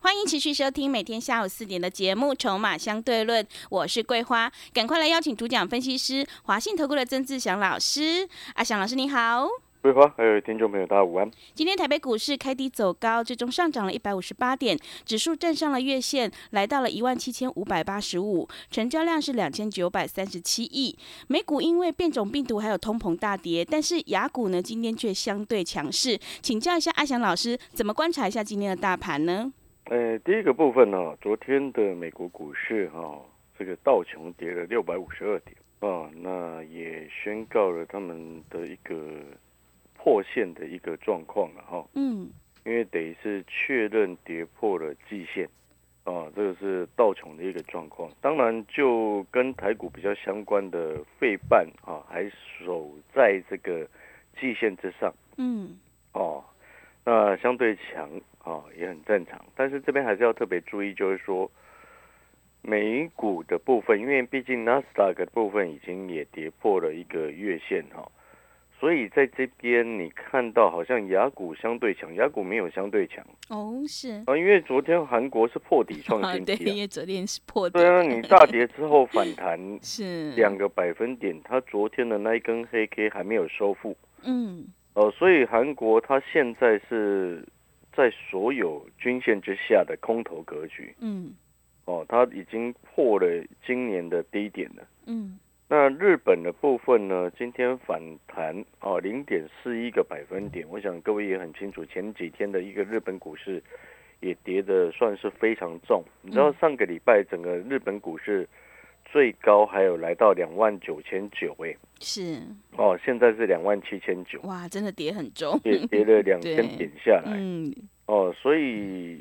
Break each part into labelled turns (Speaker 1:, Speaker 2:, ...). Speaker 1: 欢迎持续收听每天下午四点的节目《筹码相对论》，我是桂花，赶快来邀请主讲分析师华信投顾的曾志祥老师。阿祥老师你好，
Speaker 2: 桂花，还有听众朋友，大家午安。
Speaker 1: 今天台北股市开低走高，最终上涨了一百五十八点，指数站上了月线，来到了一万七千五百八十五，成交量是两千九百三十七亿。美股因为变种病毒还有通膨大跌，但是雅股呢今天却相对强势。请教一下阿祥老师，怎么观察一下今天的大盘呢？
Speaker 2: 呃，第一个部分呢、昨天的美国股市哈、这个道琼跌了六百五十二点啊、那也宣告了他们的一个破线的一个状况了哈、
Speaker 1: 嗯，
Speaker 2: 因为等于是确认跌破了季线啊、这个是道琼的一个状况。当然，就跟台股比较相关的费半啊，还守在这个季线之上。
Speaker 1: 嗯，
Speaker 2: 哦，那相对强哦，也很正常。但是这边还是要特别注意，就是说美股的部分，因为毕竟纳斯达克的部分已经也跌破了一个月线哈、哦，所以在这边你看到好像雅股相对强，雅股没有相对强
Speaker 1: 哦是。
Speaker 2: 啊，因为昨天韩国是破底创
Speaker 1: 啊，
Speaker 2: 新
Speaker 1: 对，因
Speaker 2: 低、啊，
Speaker 1: 为昨天是破底
Speaker 2: 对啊，你大跌之后反弹
Speaker 1: 是
Speaker 2: 两个百分点，它昨天的那一根黑 K 还没有收复。
Speaker 1: 嗯
Speaker 2: 呃，所以韩国它现在是在所有均线之下的空头格局
Speaker 1: 嗯
Speaker 2: 哦，它已经破了今年的低点了。
Speaker 1: 嗯
Speaker 2: 那日本的部分呢，今天反弹哦，零点四一个百分点。我想各位也很清楚，前几天的一个日本股市也跌的算是非常重。你知道
Speaker 1: 嗯
Speaker 2: 上个礼拜整个日本股市最高还有来到两万九千九，哎，
Speaker 1: 是
Speaker 2: 哦，现在是两万七千九，
Speaker 1: 哇，真的跌很重，
Speaker 2: 也跌了两千
Speaker 1: 对
Speaker 2: 点下来。
Speaker 1: 嗯
Speaker 2: 哦，所以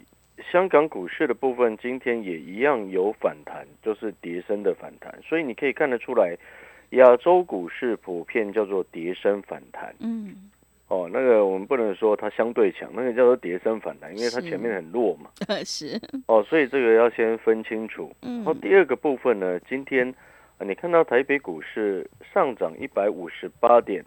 Speaker 2: 香港股市的部分今天也一样有反弹，就是跌升的反弹，所以你可以看得出来，亚洲股市普遍叫做跌升反弹。
Speaker 1: 嗯
Speaker 2: 哦，那个我们不能说它相对强，那个叫做跌升反弹，因为它前面很弱嘛。
Speaker 1: 是
Speaker 2: 哦，所以这个要先分清楚。
Speaker 1: 嗯
Speaker 2: 然后第二个部分呢，今天、呃你看到台北股市上涨一百五十八点，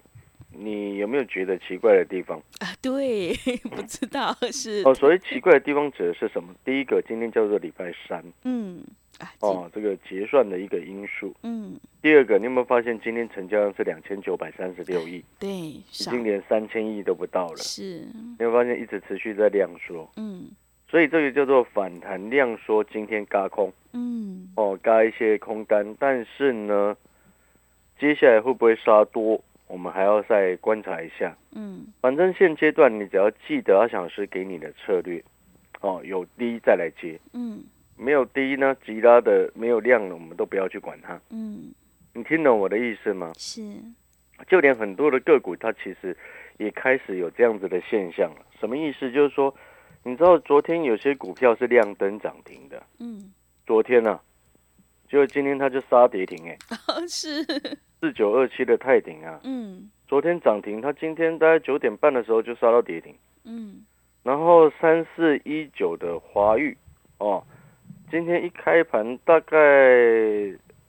Speaker 2: 你有没有觉得奇怪的地方？
Speaker 1: 啊对， 不知道是
Speaker 2: 哦，所谓奇怪的地方指的是什么？第一个，今天叫做礼拜三
Speaker 1: 嗯啊这
Speaker 2: 哦，这个结算的一个因素。
Speaker 1: 嗯
Speaker 2: 第二个，你有没有发现今天成交量是两千九百三十六亿，已
Speaker 1: 对少
Speaker 2: 经连三千亿都不到了？
Speaker 1: 啊是
Speaker 2: 你会发现一直持续在量缩，
Speaker 1: 嗯
Speaker 2: 所以这个叫做反弹量缩。今天嘎空
Speaker 1: 嗯
Speaker 2: 哦，嘎一些空单，但是呢，接下来会不会杀多，我们还要再观察一下。
Speaker 1: 嗯
Speaker 2: 反正现阶段你只要记得阿翔师给你的策略，哦，有低再来接。
Speaker 1: 嗯
Speaker 2: 没有低呢，其他的没有量了，我们都不要去管它。
Speaker 1: 嗯
Speaker 2: 你听懂我的意思吗？
Speaker 1: 是
Speaker 2: 就连很多的个股，它其实也开始有这样子的现象了。什么意思？就是说，你知道昨天有些股票是亮灯涨停的，
Speaker 1: 嗯
Speaker 2: 昨天啊，就今天它就杀跌停、欸，哎，
Speaker 1: 哦是
Speaker 2: 四九二七的泰鼎啊，
Speaker 1: 嗯
Speaker 2: 昨天涨停，它今天大概九点半的时候就杀到跌停。
Speaker 1: 嗯
Speaker 2: 然后三四一九的华域哦，今天一开盘大概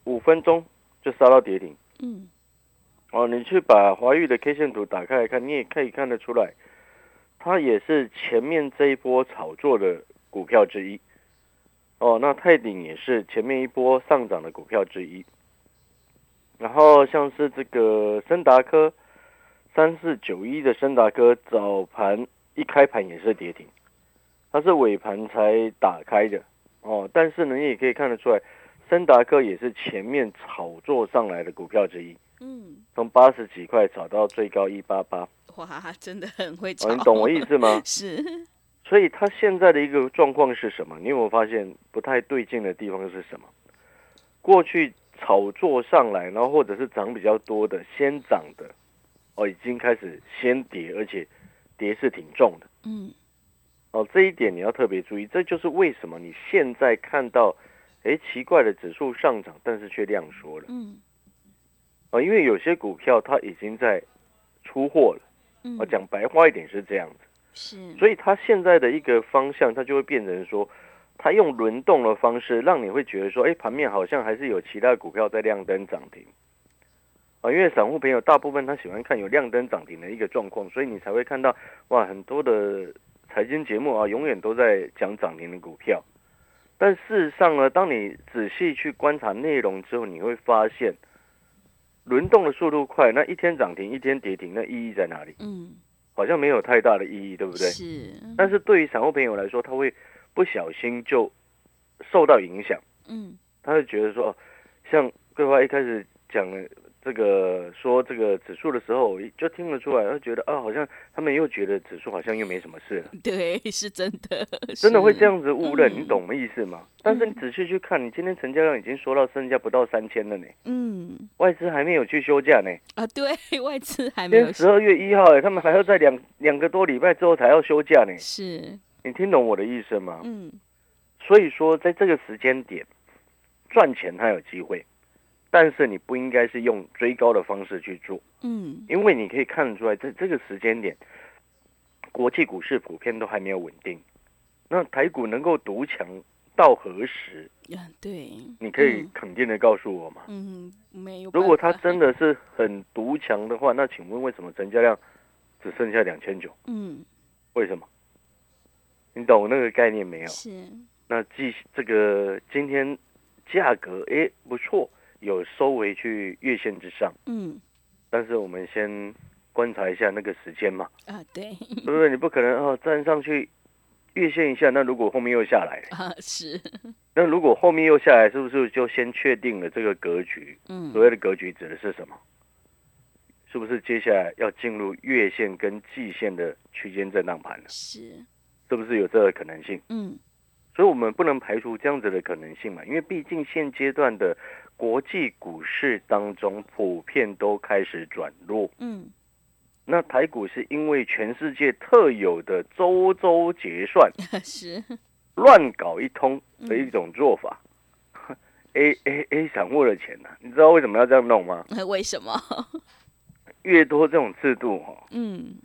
Speaker 2: 五分钟就杀到跌停
Speaker 1: 嗯
Speaker 2: 哦。你去把华域的 K 线图打开来看，你也可以看得出来，它也是前面这一波炒作的股票之一哦。那泰鼎也是前面一波上涨的股票之一。然后像是这个森达科三四九一的森达科，早盘一开盘也是跌停，它是尾盘才打开的哦。但是呢，你也可以看得出来，森达科也是前面炒作上来的股票之一，
Speaker 1: 嗯
Speaker 2: 从八十几块炒到最高一八八，
Speaker 1: 哇，真的很会
Speaker 2: 哦，
Speaker 1: 炒，？
Speaker 2: 你懂我意思 吗
Speaker 1: 是
Speaker 2: 所以它现在的一个状况是什么？你有没有发现不太对劲的地方是什么？过去炒作上来，然后或者是涨比较多的，先涨的，哦，已经开始先跌，而且跌是挺重的。
Speaker 1: 嗯
Speaker 2: 哦，这一点你要特别注意，这就是为什么你现在看到诶，奇怪的，指数上涨，但是却量缩了
Speaker 1: 嗯
Speaker 2: 啊、因为有些股票它已经在出货了
Speaker 1: 嗯
Speaker 2: 啊、，讲白话一点是这样子，
Speaker 1: 是，
Speaker 2: 所以它现在的一个方向，它就会变成说，它用轮动的方式，让你会觉得说，哎诶，盘面好像还是有其他股票在亮灯涨停啊、因为散户朋友大部分他喜欢看有亮灯涨停的一个状况，所以你才会看到哇，很多的财经节目啊，永远都在讲涨停的股票。但事实上呢，当你仔细去观察内容之后，你会发现轮动的速度快，那一天涨停一天跌停，那意义在哪里？
Speaker 1: 嗯，
Speaker 2: 好像没有太大的意义，对不对？
Speaker 1: 是，
Speaker 2: 但是对于散户朋友来说，他会不小心就受到影响，
Speaker 1: 嗯
Speaker 2: 他会觉得说，哦，像桂花一开始讲的这个说这个指数的时候，就听得出来，他觉得啊，好像他们又觉得指数好像又没什么事了。
Speaker 1: 对， 是真的，
Speaker 2: 真的会
Speaker 1: 是
Speaker 2: 这，样子误认，
Speaker 1: 嗯
Speaker 2: 你懂我们意思吗？但是你仔细去看，你今天成交量已经缩到剩下不到三千了呢，
Speaker 1: 嗯
Speaker 2: 外资还没有去休假呢。
Speaker 1: 啊，对 外资还没
Speaker 2: 今
Speaker 1: 有
Speaker 2: 天十二月一号，哎，他们还要在两两个多礼拜之后才要休假呢。
Speaker 1: 是，
Speaker 2: 你听懂我的意思吗？
Speaker 1: 嗯
Speaker 2: 所以说，在这个时间点，赚钱它有机会，但是你不应该是用追高的方式去做，
Speaker 1: 嗯
Speaker 2: 因为你可以看得出来，在这个时间点，国际股市普遍都还没有稳定，那台股能够独强到何时？
Speaker 1: 啊，对，
Speaker 2: 你可以肯定的告诉我吗？
Speaker 1: 嗯，没有办法，
Speaker 2: 如果它真的是很独强的话，那请问为什么成交量只剩下两千九？
Speaker 1: 嗯
Speaker 2: 为什么？你懂我那个概念没有？
Speaker 1: 是，
Speaker 2: 那继这个今天价格诶不错，有收回去月线之上，
Speaker 1: 嗯
Speaker 2: 但是我们先观察一下那个时间嘛，
Speaker 1: 啊，对
Speaker 2: 对不对？你不可能哦站上去月线一下，那如果后面又下来，
Speaker 1: 啊，是，
Speaker 2: 那如果后面又下来，是不是就先确定了这个格局？
Speaker 1: 嗯
Speaker 2: 所谓的格局指的是什么？是不是接下来要进入月线跟季线的区间震荡盘了？
Speaker 1: 是，
Speaker 2: 是不是有这个可能性？
Speaker 1: 嗯
Speaker 2: 所以我们不能排除这样子的可能性嘛，因为毕竟现阶段的国际股市当中，普遍都开始转弱。
Speaker 1: 嗯
Speaker 2: 那台股是因为全世界特有的周周结算，
Speaker 1: 啊是，
Speaker 2: 乱搞一通的一种做法。A A A 散户的钱呐、你知道为什么要这样弄吗？
Speaker 1: 呃为什么？
Speaker 2: 越多这种制度哦，
Speaker 1: 嗯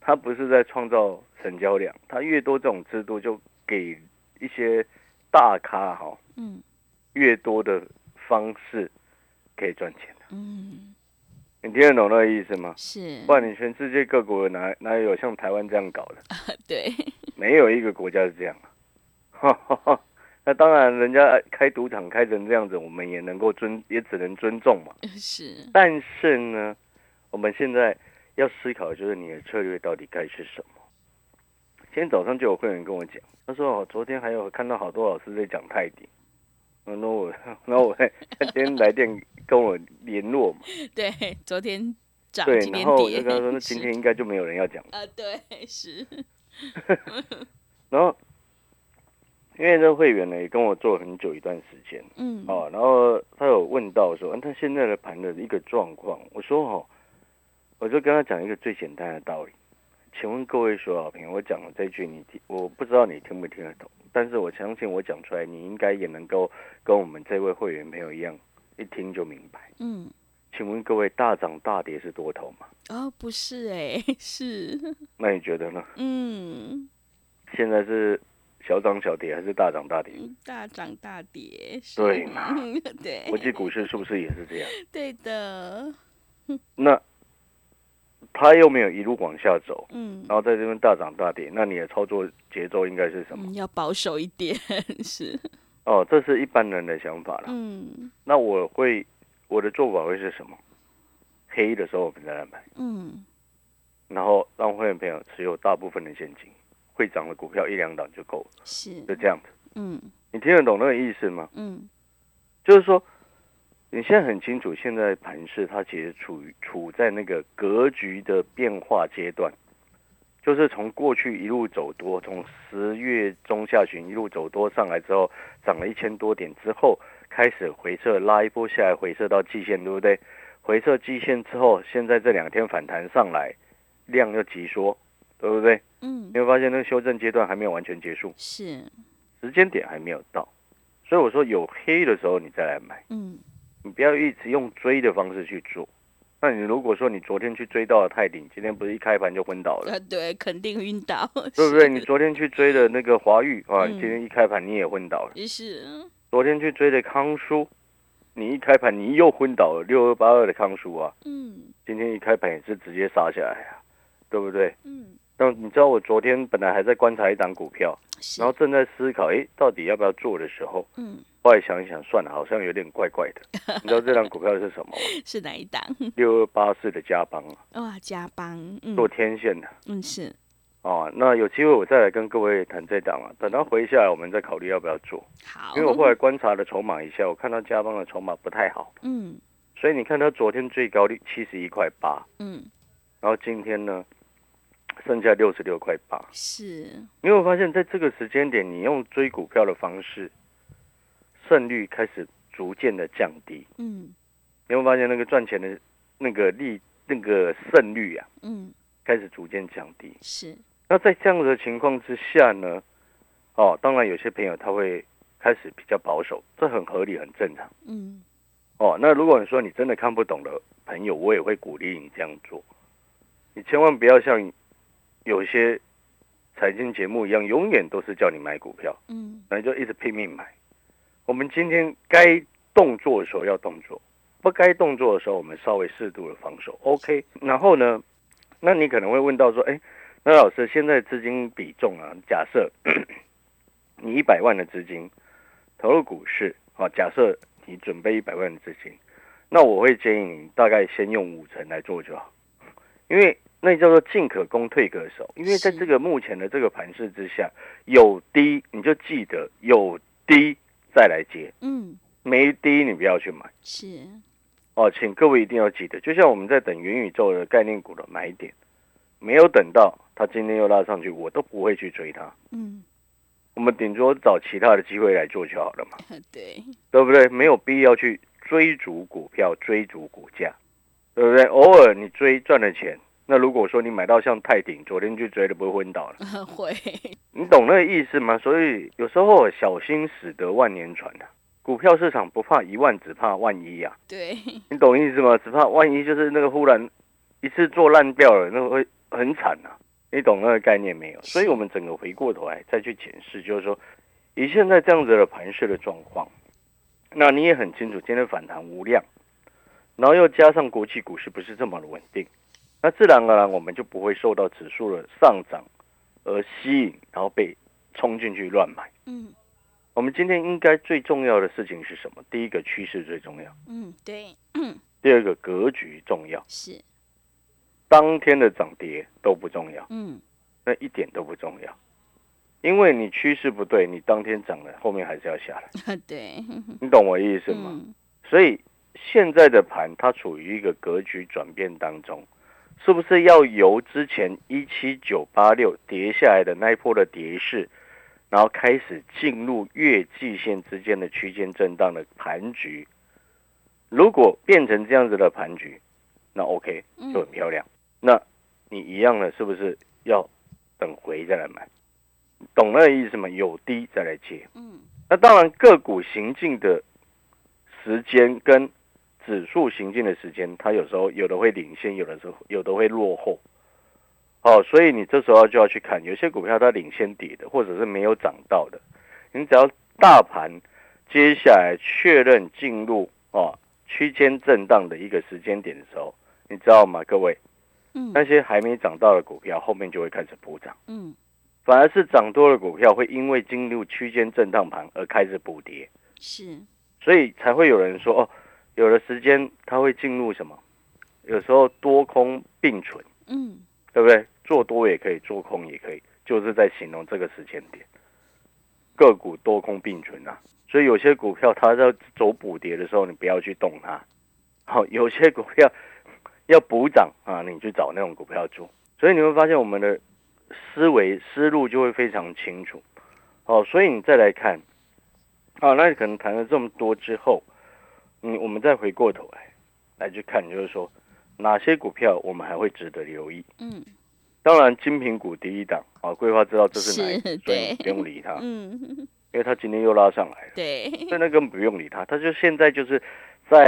Speaker 2: 它不是在创造成交量，它越多这种制度就给一些大咖哈、
Speaker 1: 嗯
Speaker 2: 越多的方式可以赚钱的
Speaker 1: 嗯
Speaker 2: 你听得懂那个意思吗？
Speaker 1: 是
Speaker 2: 不，然你全世界各国哪哪有像台湾这样搞的？
Speaker 1: 对，
Speaker 2: 没有一个国家是这样的。 那当然，人家开赌场开成这样子，我们也能够尊，也只能尊重嘛。
Speaker 1: 是，
Speaker 2: 但是呢，我们现在要思考的就是你的策略到底该是什么。今天早上就有会员跟我讲，他说哦，昨天还有看到好多老师在讲泰迪，嗯那我 那我他今天来电跟我联络嘛，
Speaker 1: 对，昨天涨，
Speaker 2: 对，
Speaker 1: 啊今
Speaker 2: 然
Speaker 1: 天
Speaker 2: 后我
Speaker 1: 跌
Speaker 2: 就跟他 说，那
Speaker 1: 是
Speaker 2: 今天应该就没有人要讲。
Speaker 1: 啊，对，是，
Speaker 2: 然后因为这个会员呢也跟我做了很久一段时间，
Speaker 1: 嗯，
Speaker 2: 哦，然后他有问到说，嗯，他现在的盘的一个状况，我说哦，我就跟他讲一个最简单的道理，请问各位所好评，我讲的这句你听，我不知道你听不听得懂，但是我相信我讲出来，你应该也能够跟我们这位会员朋友一样，一听就明白。
Speaker 1: 嗯，
Speaker 2: 请问各位，大涨大跌是多头吗？
Speaker 1: 哦，不是哎， 是，
Speaker 2: 那你觉得呢？
Speaker 1: 嗯，
Speaker 2: 现在是小涨小跌还是大涨大跌？
Speaker 1: 大涨大跌，是嗯
Speaker 2: 对嘛？
Speaker 1: 对
Speaker 2: 国，际股市是不是也是这样？
Speaker 1: 对的，
Speaker 2: 那它又没有一路往下走，
Speaker 1: 嗯
Speaker 2: 然后在这边大涨大跌，那你的操作节奏应该是什么？
Speaker 1: 嗯，要保守一点， 是，
Speaker 2: 哦，这是一般人的想法啦。
Speaker 1: 嗯
Speaker 2: 那我会我的做法会是什么？黑的时候我们再来买，
Speaker 1: 嗯
Speaker 2: 然后让会员朋友持有大部分的现金，会涨的股票一两档就够了，
Speaker 1: 是，
Speaker 2: 就这样子。
Speaker 1: 嗯
Speaker 2: 你听得懂那个意思吗？
Speaker 1: 嗯
Speaker 2: 就是说，你现在很清楚，现在盘市它其实处于处在那个格局的变化阶段，就是从过去一路走多，从十月中下旬一路走多上来之后，涨了一千多点之后，开始回撤，拉一波下来，回撤到季线，对不对？回撤季线之后，现在这两天反弹上来，量又急缩，对不对？
Speaker 1: 嗯
Speaker 2: 你，会发现那个修正阶段还没有完全结束，
Speaker 1: 是，
Speaker 2: 时间点还没有到，所以我说有黑的时候你再来买，
Speaker 1: 嗯
Speaker 2: 你不要一直用追的方式去做。那你如果说你昨天去追到了泰鼎，今天不是一开盘就昏倒了，
Speaker 1: 啊，对，肯定晕倒，
Speaker 2: 对不对？
Speaker 1: 是
Speaker 2: 你昨天去追的那个华玉啊，
Speaker 1: 嗯
Speaker 2: 今天一开盘你也昏倒了。
Speaker 1: 也是，
Speaker 2: 昨天去追的康叔，你一开盘你又昏倒了，六二八二的康叔啊，
Speaker 1: 嗯
Speaker 2: 今天一开盘也是直接杀下来啊，对不对？
Speaker 1: 嗯，
Speaker 2: 那你知道我昨天本来还在观察一档股票，
Speaker 1: 是
Speaker 2: 然，后正在思考，诶，到底要不要做的时候，
Speaker 1: 嗯，
Speaker 2: 后来想一想，算了，好像有点怪怪的。你知道这档股票是什么 吗？
Speaker 1: 是哪一档？
Speaker 2: 六二八四的加邦啊，
Speaker 1: 哇，加邦，嗯
Speaker 2: 做天线的
Speaker 1: 嗯是，
Speaker 2: 啊。那有机会我再来跟各位谈这档啊，等它回下来，我们再考虑要不要做。
Speaker 1: 嗯好，
Speaker 2: 因为我后来观察了筹码一下，我看到加邦的筹码不太好，
Speaker 1: 嗯
Speaker 2: 所以你看它昨天最高率七十一块八，
Speaker 1: 嗯
Speaker 2: 然后今天呢剩下六十六块八。
Speaker 1: 是，
Speaker 2: 你有没有发现，在这个时间点，你用追股票的方式，胜率开始逐渐的降低。
Speaker 1: 嗯
Speaker 2: 你有没有发现那个赚钱的那个利那个胜率啊，
Speaker 1: 嗯
Speaker 2: 开始逐渐降低？
Speaker 1: 是，
Speaker 2: 那在这样子的情况之下呢，哦，当然有些朋友他会开始比较保守，这很合理，很正常。
Speaker 1: 嗯
Speaker 2: 哦，那如果你说你真的看不懂的朋友，我也会鼓励你这样做。你千万不要像有些财经节目一样，永远都是叫你买股票。
Speaker 1: 嗯
Speaker 2: 那就一直拼命买。我们今天该动作的时候要动作，不该动作的时候我们稍微适度的防守。OK，然后呢，那你可能会问到说，哎，那老师现在资金比重啊，假设 你一百万的资金投入股市，啊，假设你准备一百万的资金，那我会建议你大概先用五成来做就好，因为那叫做进可攻退可守，因为在
Speaker 1: 是
Speaker 2: 这个目前的这个盘势之下，有低你就记得有低再来接，
Speaker 1: 嗯
Speaker 2: 没低你不要去买
Speaker 1: 是，
Speaker 2: 哦，请各位一定要记得，就像我们在等元宇宙的概念股的买点，没有等到它今天又拉上去，我都不会去追它，
Speaker 1: 嗯
Speaker 2: 我们顶多找其他的机会来做就好了嘛，
Speaker 1: 对，
Speaker 2: 对不对？没有必要去追逐股票、追逐股价，对不对？偶尔你追赚了钱，那如果说你买到像泰鼎，昨天去追的不会昏倒了，
Speaker 1: 会，
Speaker 2: 你懂那个意思吗？所以有时候小心驶得万年船啊。股票市场不怕一万，只怕万一啊！
Speaker 1: 对，
Speaker 2: 你懂意思吗？只怕万一就是那个忽然一次做烂掉了，那会很惨啊！你懂那个概念没有？所以我们整个回过头来再去检视，就是说，以现在这样子的盘势的状况，那你也很清楚，今天反弹无量，然后又加上国际股市不是这么的稳定，那自然而然我们就不会受到指数的上涨而吸引，然后被冲进去乱买。
Speaker 1: 嗯
Speaker 2: 我们今天应该最重要的事情是什么？第一个趋势最重要，
Speaker 1: 嗯对，
Speaker 2: 第二个格局重要。
Speaker 1: 是，
Speaker 2: 当天的涨跌都不重要，
Speaker 1: 嗯
Speaker 2: 那一点都不重要，因为你趋势不对，你当天涨了，后面还是要下来，
Speaker 1: 对，
Speaker 2: 你懂我意思吗？
Speaker 1: 嗯
Speaker 2: 所以现在的盘它处于一个格局转变当中，是不是要由之前一七九八六跌下来的那一波的跌势，然后开始进入月季线之间的区间震荡的盘局？如果变成这样子的盘局，那 OK
Speaker 1: 嗯
Speaker 2: 就很漂亮。那你一样的是不是要等回再来买？懂那个意思吗？有低再来接。
Speaker 1: 嗯
Speaker 2: 那当然，个股行进的时间跟指数行进的时间，它有时候有的会领先，有的时候有的会落后。哦，所以你这时候就要去看，有些股票它领先跌的，或者是没有涨到的，你只要大盘接下来确认进入哦区间震荡的一个时间点的时候，你知道吗？各位，
Speaker 1: 嗯
Speaker 2: 那些还没涨到的股票，后面就会开始补涨。
Speaker 1: 嗯
Speaker 2: 反而是涨多的股票会因为进入区间震荡盘而开始补跌，
Speaker 1: 是，
Speaker 2: 所以才会有人说哦，有的时间它会进入什么？有时候多空并存，
Speaker 1: 嗯
Speaker 2: 对不对？做多也可以，做空也可以，就是在形容这个时间点，个股多空并存啊。所以有些股票它在走补跌的时候，你不要去动它。好、有些股票 要补涨啊，你去找那种股票做。所以你会发现我们的思维思路就会非常清楚。哦，所以你再来看，好，那可能谈了这么多之后，嗯，我们再回过头来来去看，就是说哪些股票我们还会值得留意。
Speaker 1: 嗯
Speaker 2: 当然，精品股第一档啊，桂花知道这是哪一
Speaker 1: 是
Speaker 2: 个，所以
Speaker 1: 对
Speaker 2: 你不用理它。
Speaker 1: 嗯
Speaker 2: 因为它今天又拉上来了，
Speaker 1: 对，
Speaker 2: 所以那根本不用理它，它就现在就是在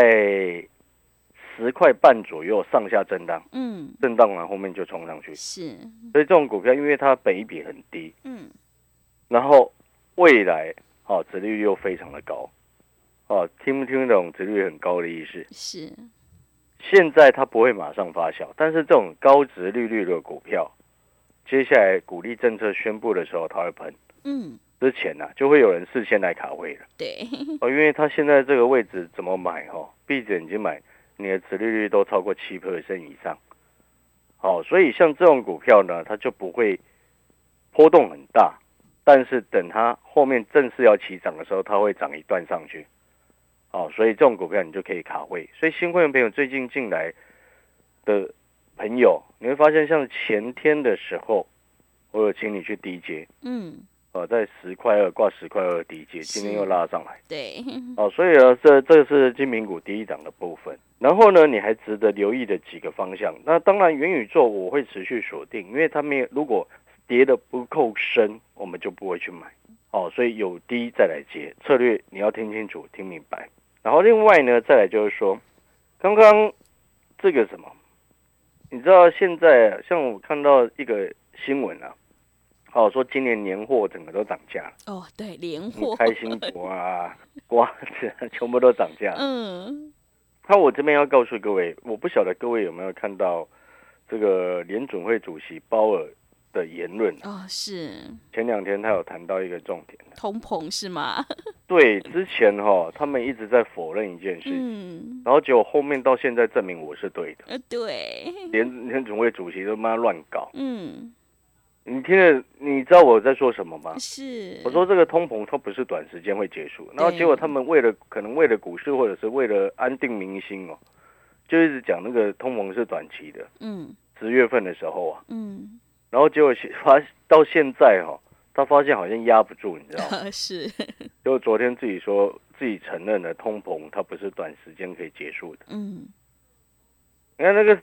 Speaker 2: 十块半左右上下震荡，
Speaker 1: 嗯，
Speaker 2: 震荡完后面就冲上去。
Speaker 1: 是，
Speaker 2: 所以这种股票，因为它本益比很低，
Speaker 1: 嗯
Speaker 2: 然后未来哦，殖利率又非常的高，哦，听不听得懂殖利率很高的意思？
Speaker 1: 是，
Speaker 2: 现在它不会马上发酵，但是这种高值利率的股票，接下来鼓励政策宣布的时候，它会喷。
Speaker 1: 嗯
Speaker 2: 之前呢、啊，就会有人事先来卡位了
Speaker 1: 对，
Speaker 2: 哦，因为它现在这个位置怎么买哦，闭着眼睛买，你的殖利率都超过七 percent 以上，哦，所以像这种股票呢，它就不会波动很大，但是等它后面正式要起涨的时候，它会涨一段上去，哦，所以这种股票你就可以卡位。所以新会员朋友最近进来的朋友，你会发现像前天的时候，我有请你去低阶，
Speaker 1: 嗯
Speaker 2: 呃，在十块二挂十块二低阶，
Speaker 1: 是嗯
Speaker 2: 今天又拉上来
Speaker 1: 对，
Speaker 2: 哦，所以呢，这这是金明股第一档的部分。然后呢，你还值得留意的几个方向。那当然，元宇宙我会持续锁定，因为它没有如果跌的不够深，我们就不会去买哦。所以有低再来接策略，你要听清楚、听明白。然后另外呢，再来就是说，刚刚这个什么，你知道现在啊像我看到一个新闻啊，哦，说今年年货整个都涨价了。
Speaker 1: 哦对，连
Speaker 2: 你
Speaker 1: 货，
Speaker 2: 开心果啊、瓜子啊，全部都涨价。
Speaker 1: 嗯
Speaker 2: 那我这边要告诉各位，我不晓得各位有没有看到这个联准会主席鲍尔的言论。
Speaker 1: 哦是
Speaker 2: 前两天他有谈到一个重点，
Speaker 1: 通膨是吗？
Speaker 2: 对，之前哈、他们一直在否认一件事，
Speaker 1: 嗯
Speaker 2: 然后结果后面到现在证明我是对的，
Speaker 1: 呃对，
Speaker 2: 联联准会主席都妈乱搞。
Speaker 1: 嗯
Speaker 2: 你听了，你知道我在说什么吗？
Speaker 1: 是，
Speaker 2: 啊我说这个通膨它不是短时间会结束，然后结果他们为了可能为了股市或者是为了安定民心哦，就一直讲那个通膨是短期的，
Speaker 1: 嗯
Speaker 2: 十月份的时候啊，
Speaker 1: 嗯
Speaker 2: 然后结果现发到现在哈、哦，他发现好像压不住，你 知道吗？
Speaker 1: 呃是，
Speaker 2: 结果昨天自己说自己承认了通膨它不是短时间可以结束的，
Speaker 1: 嗯
Speaker 2: 你看那个，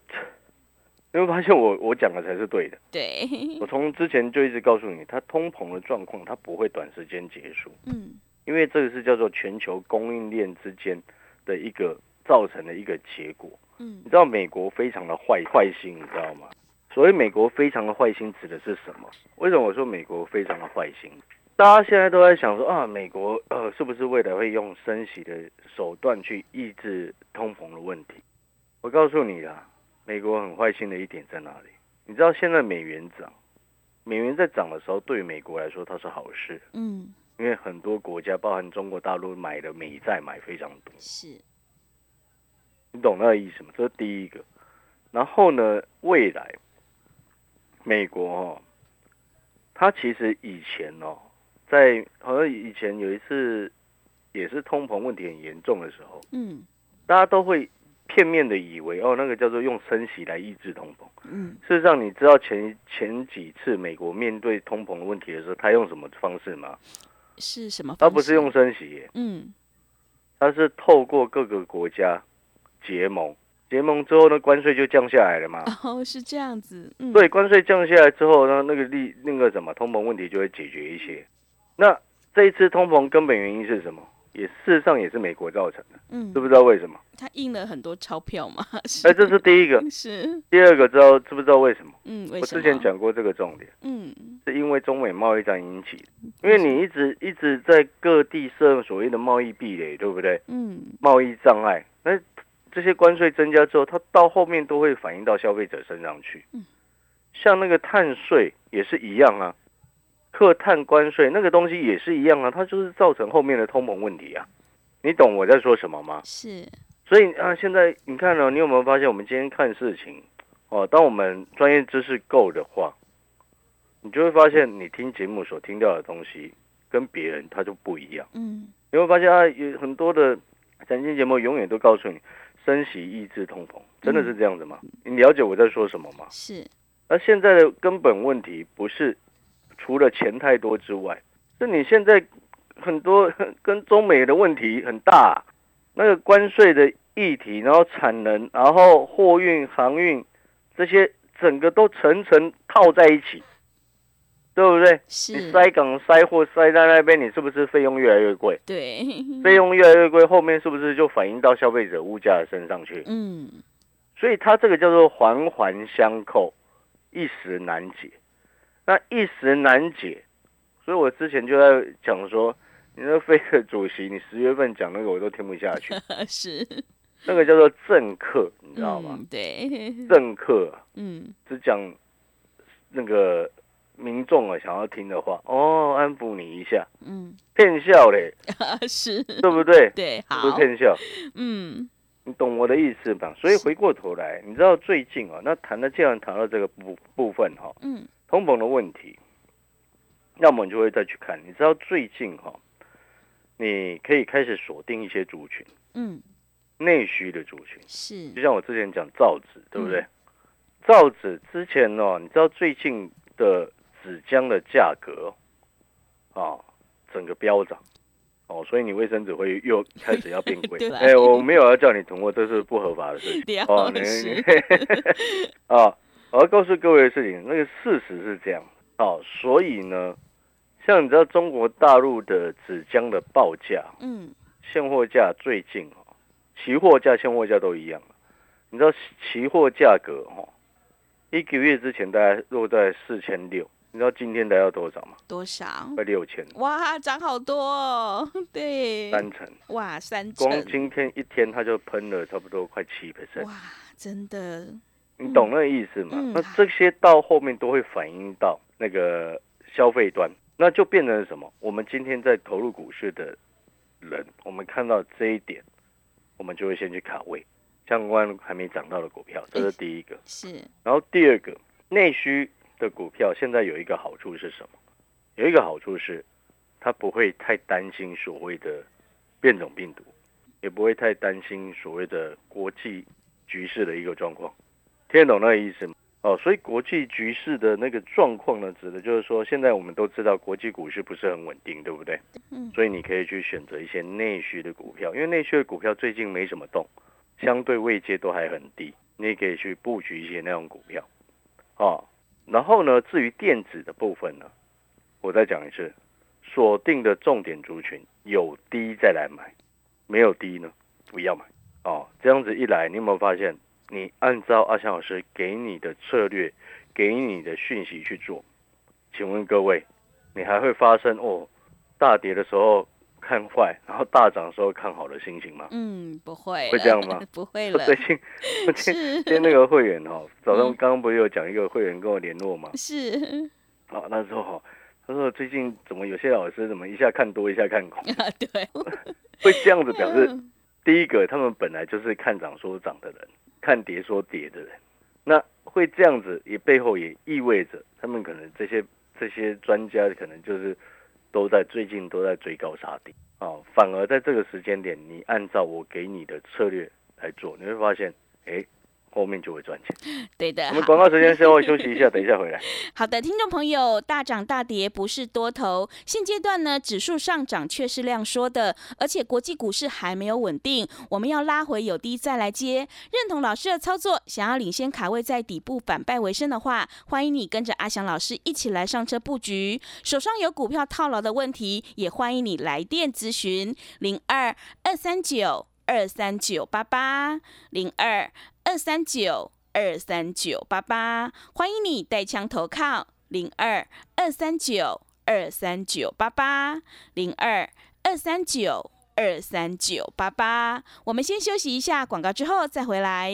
Speaker 2: 你会发现我我讲的才是对的，
Speaker 1: 对，
Speaker 2: 我从之前就一直告诉你，它通膨的状况它不会短时间结束。
Speaker 1: 嗯
Speaker 2: 因为这个是叫做全球供应链之间的一个造成的一个结果。
Speaker 1: 嗯
Speaker 2: 你知道美国非常的坏坏心，你知道吗？所谓美国非常的坏心指的是什么？为什么我说美国非常的坏心？大家现在都在想说啊，美国呃是不是未来会用升息的手段去抑制通膨的问题？我告诉你啊，美国很坏心的一点在哪里？你知道现在美元涨，美元在涨的时候，对美国来说它是好事。
Speaker 1: 嗯
Speaker 2: 因为很多国家，包含中国大陆买的美债买非常多，
Speaker 1: 是，
Speaker 2: 你懂那个意思吗？这是第一个。然后呢，未来美国哦，它其实以前哦，在好像以前有一次也是通膨问题很严重的时候，
Speaker 1: 嗯
Speaker 2: 大家都会片面的以为哦，那个叫做用升息来抑制通膨。
Speaker 1: 嗯
Speaker 2: 事实上，你知道前前几次美国面对通膨问题的时候，他用什么方式吗？
Speaker 1: 是什么？
Speaker 2: 他不是用，升息耶、
Speaker 1: 嗯
Speaker 2: 它是透过各个国家结盟，结盟之后呢，关税就降下来了嘛。
Speaker 1: 哦是这样子，嗯
Speaker 2: 对，关税降下来之后呢，那个利那个什么通膨问题就会解决一些。那这一次通膨根本原因是什么？也事实上也是美国造成的，
Speaker 1: 嗯
Speaker 2: 知不知道为什么？
Speaker 1: 他印了很多钞票嘛， 是
Speaker 2: 哎、这是第一个，
Speaker 1: 是，
Speaker 2: 第二个知道知不知道为什么？
Speaker 1: 嗯，为
Speaker 2: 我
Speaker 1: 什
Speaker 2: 之
Speaker 1: 么？
Speaker 2: 前讲过这个重点，
Speaker 1: 嗯，
Speaker 2: 是因为中美贸易战引起的，因为你一直一直在各地设所谓的贸易壁垒，对不对？
Speaker 1: 嗯，
Speaker 2: 贸易障碍，那这些关税增加之后，它到后面都会反映到消费者身上去。
Speaker 1: 嗯
Speaker 2: 像那个碳税也是一样啊，课碳关税那个东西也是一样啊，它就是造成后面的通膨问题啊。你懂我在说什么吗？
Speaker 1: 是，
Speaker 2: 所以啊，现在你看呢、你有没有发现我们今天看事情哦？当我们专业知识够的话，你就会发现你听节目所听到的东西跟别人它就不一样。
Speaker 1: 嗯
Speaker 2: 你会发现啊，有很多的财经节目永远都告诉你升息抑制通膨，真的是这样子吗？你了解我在说什么吗？
Speaker 1: 是，
Speaker 2: 而现在的根本问题不是除了钱太多之外，是你现在很多跟中美的问题很大，那个关税的议题，然后产能，然后货运、航运这些整个都层层套在一起。对不对？你
Speaker 1: 是，
Speaker 2: 塞港塞货塞在那边，你是不是费用越来越贵？
Speaker 1: 对，
Speaker 2: 费用越来越贵，后面是不是就反映到消费者物价的身上去？
Speaker 1: 嗯，
Speaker 2: 所以它这个叫做环环相扣，一时难解。那一时难解，所以我之前就在讲说，你那飞的主席，你十月份讲那个我都听不下 去，
Speaker 1: 是，
Speaker 2: 那个叫做政客，你知道吗？
Speaker 1: 嗯，对，
Speaker 2: 政客啊
Speaker 1: 嗯，
Speaker 2: 只讲那个民众啊想要听的话，哦，安抚你一下，
Speaker 1: 嗯，啊
Speaker 2: 骗笑嘞，
Speaker 1: 是，
Speaker 2: 对不对？
Speaker 1: 对，
Speaker 2: 是不是
Speaker 1: 嗯好，
Speaker 2: 骗笑？
Speaker 1: 嗯，
Speaker 2: 你懂我的意思吧？所以回过头来，你知道最近啊，那谈到既然谈到这个部部分哈、
Speaker 1: 嗯，
Speaker 2: 通膨的问题，那我们就会再去看。你知道最近哈、你可以开始锁定一些族群，
Speaker 1: 嗯，
Speaker 2: 内需的族群，
Speaker 1: 是
Speaker 2: 就，像我之前讲造纸，对不对？
Speaker 1: 嗯
Speaker 2: 造纸之前哦，你知道最近的纸浆的价格哦啊，整个飙涨。哦，所以你卫生纸会又开始要变贵。
Speaker 1: 对啦
Speaker 2: 哎、我没有要叫你囤货，这是不合法的事情。
Speaker 1: 掉
Speaker 2: 哦，你
Speaker 1: 是，
Speaker 2: 啊，我要告诉各位的事情，那个事实是这样哦，所以呢，像你知道中国大陆的纸浆的报价、
Speaker 1: 嗯，
Speaker 2: 现货价最近哦，期货价、现货价都一样你知道期货价格哦，一个月之前大概落在四千六，你知道今天来到多少吗？
Speaker 1: 多少？
Speaker 2: 快六千，
Speaker 1: 哇，涨好多哦，对，
Speaker 2: 三成，
Speaker 1: 哇，三成，
Speaker 2: 光今天一天它就喷了差不多快七 percent。
Speaker 1: 哇，真的，
Speaker 2: 你懂那个意思吗？
Speaker 1: 嗯
Speaker 2: 那这些到后面都会反映到那个消费端，那就变成什么？我们今天在投入股市的人，我们看到这一点，我们就会先去卡位相关还没涨到的股票，这是第一个。
Speaker 1: 是，
Speaker 2: 然后第二个，内需的股票现在有一个好处是什么？有一个好处是，它不会太担心所谓的变种病毒，也不会太担心所谓的国际局势的一个状况。听得懂那个意思吗？哦，所以国际局势的那个状况呢，指的就是说，现在我们都知道国际股市不是很稳定，对不对？
Speaker 1: 嗯，
Speaker 2: 所以你可以去选择一些内需的股票，因为内需的股票最近没什么动，相对位阶都还很低，你也可以去布局一些那种股票，哦。然后呢，至于电子的部分呢，我再讲一次，锁定的重点族群有低再来买，没有低呢不要买哦。这样子一来，你有没有发现，你按照阿翔老师给你的策略、给你的讯息去做，请问各位，你还会发生哦大跌的时候看坏，然后大涨的时候看好的心情吗？
Speaker 1: 嗯，不会，
Speaker 2: 会这样吗？
Speaker 1: 不 会
Speaker 2: 我
Speaker 1: 了，
Speaker 2: 最近，我今
Speaker 1: 是
Speaker 2: 天那个会员哦，早上
Speaker 1: 嗯
Speaker 2: 刚刚不是有讲一个会员跟我联络吗？
Speaker 1: 是
Speaker 2: 啊，那时候哦他说最近怎么有些老师怎么一下看多一下看空，
Speaker 1: 啊，对，
Speaker 2: 会这样子表示
Speaker 1: 嗯
Speaker 2: 第一个，他们本来就是看涨说涨的人，看跌说跌的人，那会这样子，也背后也意味着他们可能这些这些专家可能就是都在最近都在追高杀低啊、哦，反而在这个时间点，你按照我给你的策略来做，你会发现，哎，后面就会赚钱。
Speaker 1: 对的，
Speaker 2: 我们
Speaker 1: 好
Speaker 2: 广告时间稍后休息一下，等一下回来。
Speaker 1: 好的，听众朋友，大涨大跌不是多头，现阶段呢指数上涨却是量缩的，而且国际股市还没有稳定，我们要拉回有低再来接。认同老师的操作，想要领先卡位在底部反败为胜的话，欢迎你跟着阿翔老师一起来上车布局。手上有股票套牢的问题，也欢迎你来电咨询零二二三九二三九八八零二二三九二三九八八，欢迎你带枪投靠零二二三九二三九八八零二二三九二三九八八。我们先休息一下广告，之后再回来。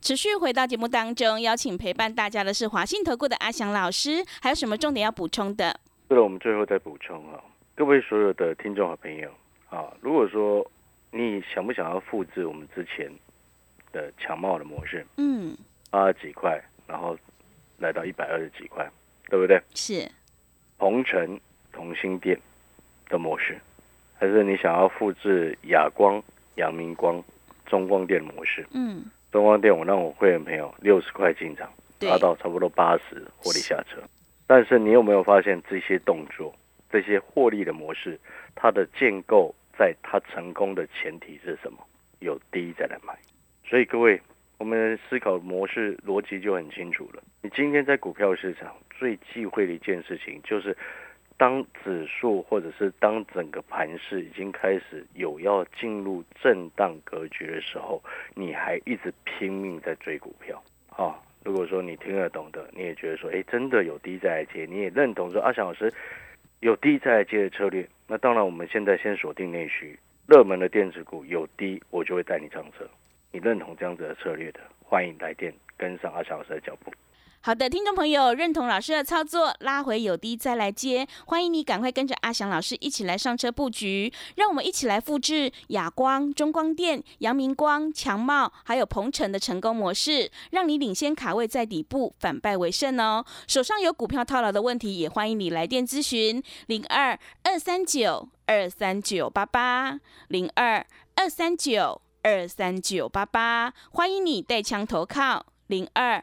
Speaker 1: 持续回到节目当中，邀请陪伴大家的是华信投顾的阿翔老师，还有什么重点要补充的？
Speaker 2: 对了，我们最后再补充啊，各位所有的听众和朋友啊，如果说你想不想要复制我们之前的强茂的模式，
Speaker 1: 嗯，
Speaker 2: 八十几块，然后来到一百二十几块，对对不对？
Speaker 1: 是
Speaker 2: 同城同心店的模式，还是你想要复制亚光、阳明光、中光电模式？
Speaker 1: 嗯，
Speaker 2: 中光电我让我会员朋友六十块进场，
Speaker 1: 对
Speaker 2: 拉，到差不多八十获利下车。但是你有没有发现这些动作、这些获利的模式，它的建构在它成功的前提是什么？有低再来买。所以各位，我们思考模式逻辑就很清楚了。你今天在股票市场最忌讳的一件事情，就是当指数或者是当整个盘势已经开始有要进入震荡格局的时候，你还一直拼命在追股票。好、如果说你听得懂的，你也觉得说，哎，真的有低再来接，你也认同说阿翔老师有低再来接的策略，那当然我们现在先锁定内需，热门的电子股有低，我就会带你上车。你认同这样子的策略的，欢迎来电跟上阿翔老师的脚步。
Speaker 1: 好的，听众朋友，认同老师的操作，拉回有低再来接，欢迎你赶快跟着阿翔老师一起来上车布局，让我们一起来复制亚光、中光电、阳明光、强茂还有鹏程的成功模式，让你领先卡位在底部，反败为胜哦。手上有股票套牢的问题，也欢迎你来电咨询零二二三九二三九八八零二二三九二三九八八，欢迎你带枪投靠零二。02